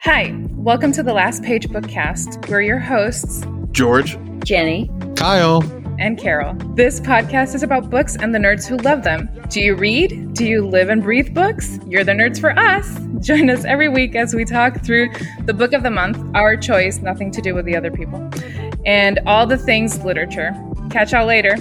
Hi, welcome to the Last Page Bookcast. We're your hosts George, Jenny, Kyle. and Carol. This podcast is about books and the nerds who love them. Do you read? Do you live and breathe books? You're the nerds for us. Join us every week as we talk through the book of the month, our choice, nothing to do with the other people, and all the things literature. Catch y'all later.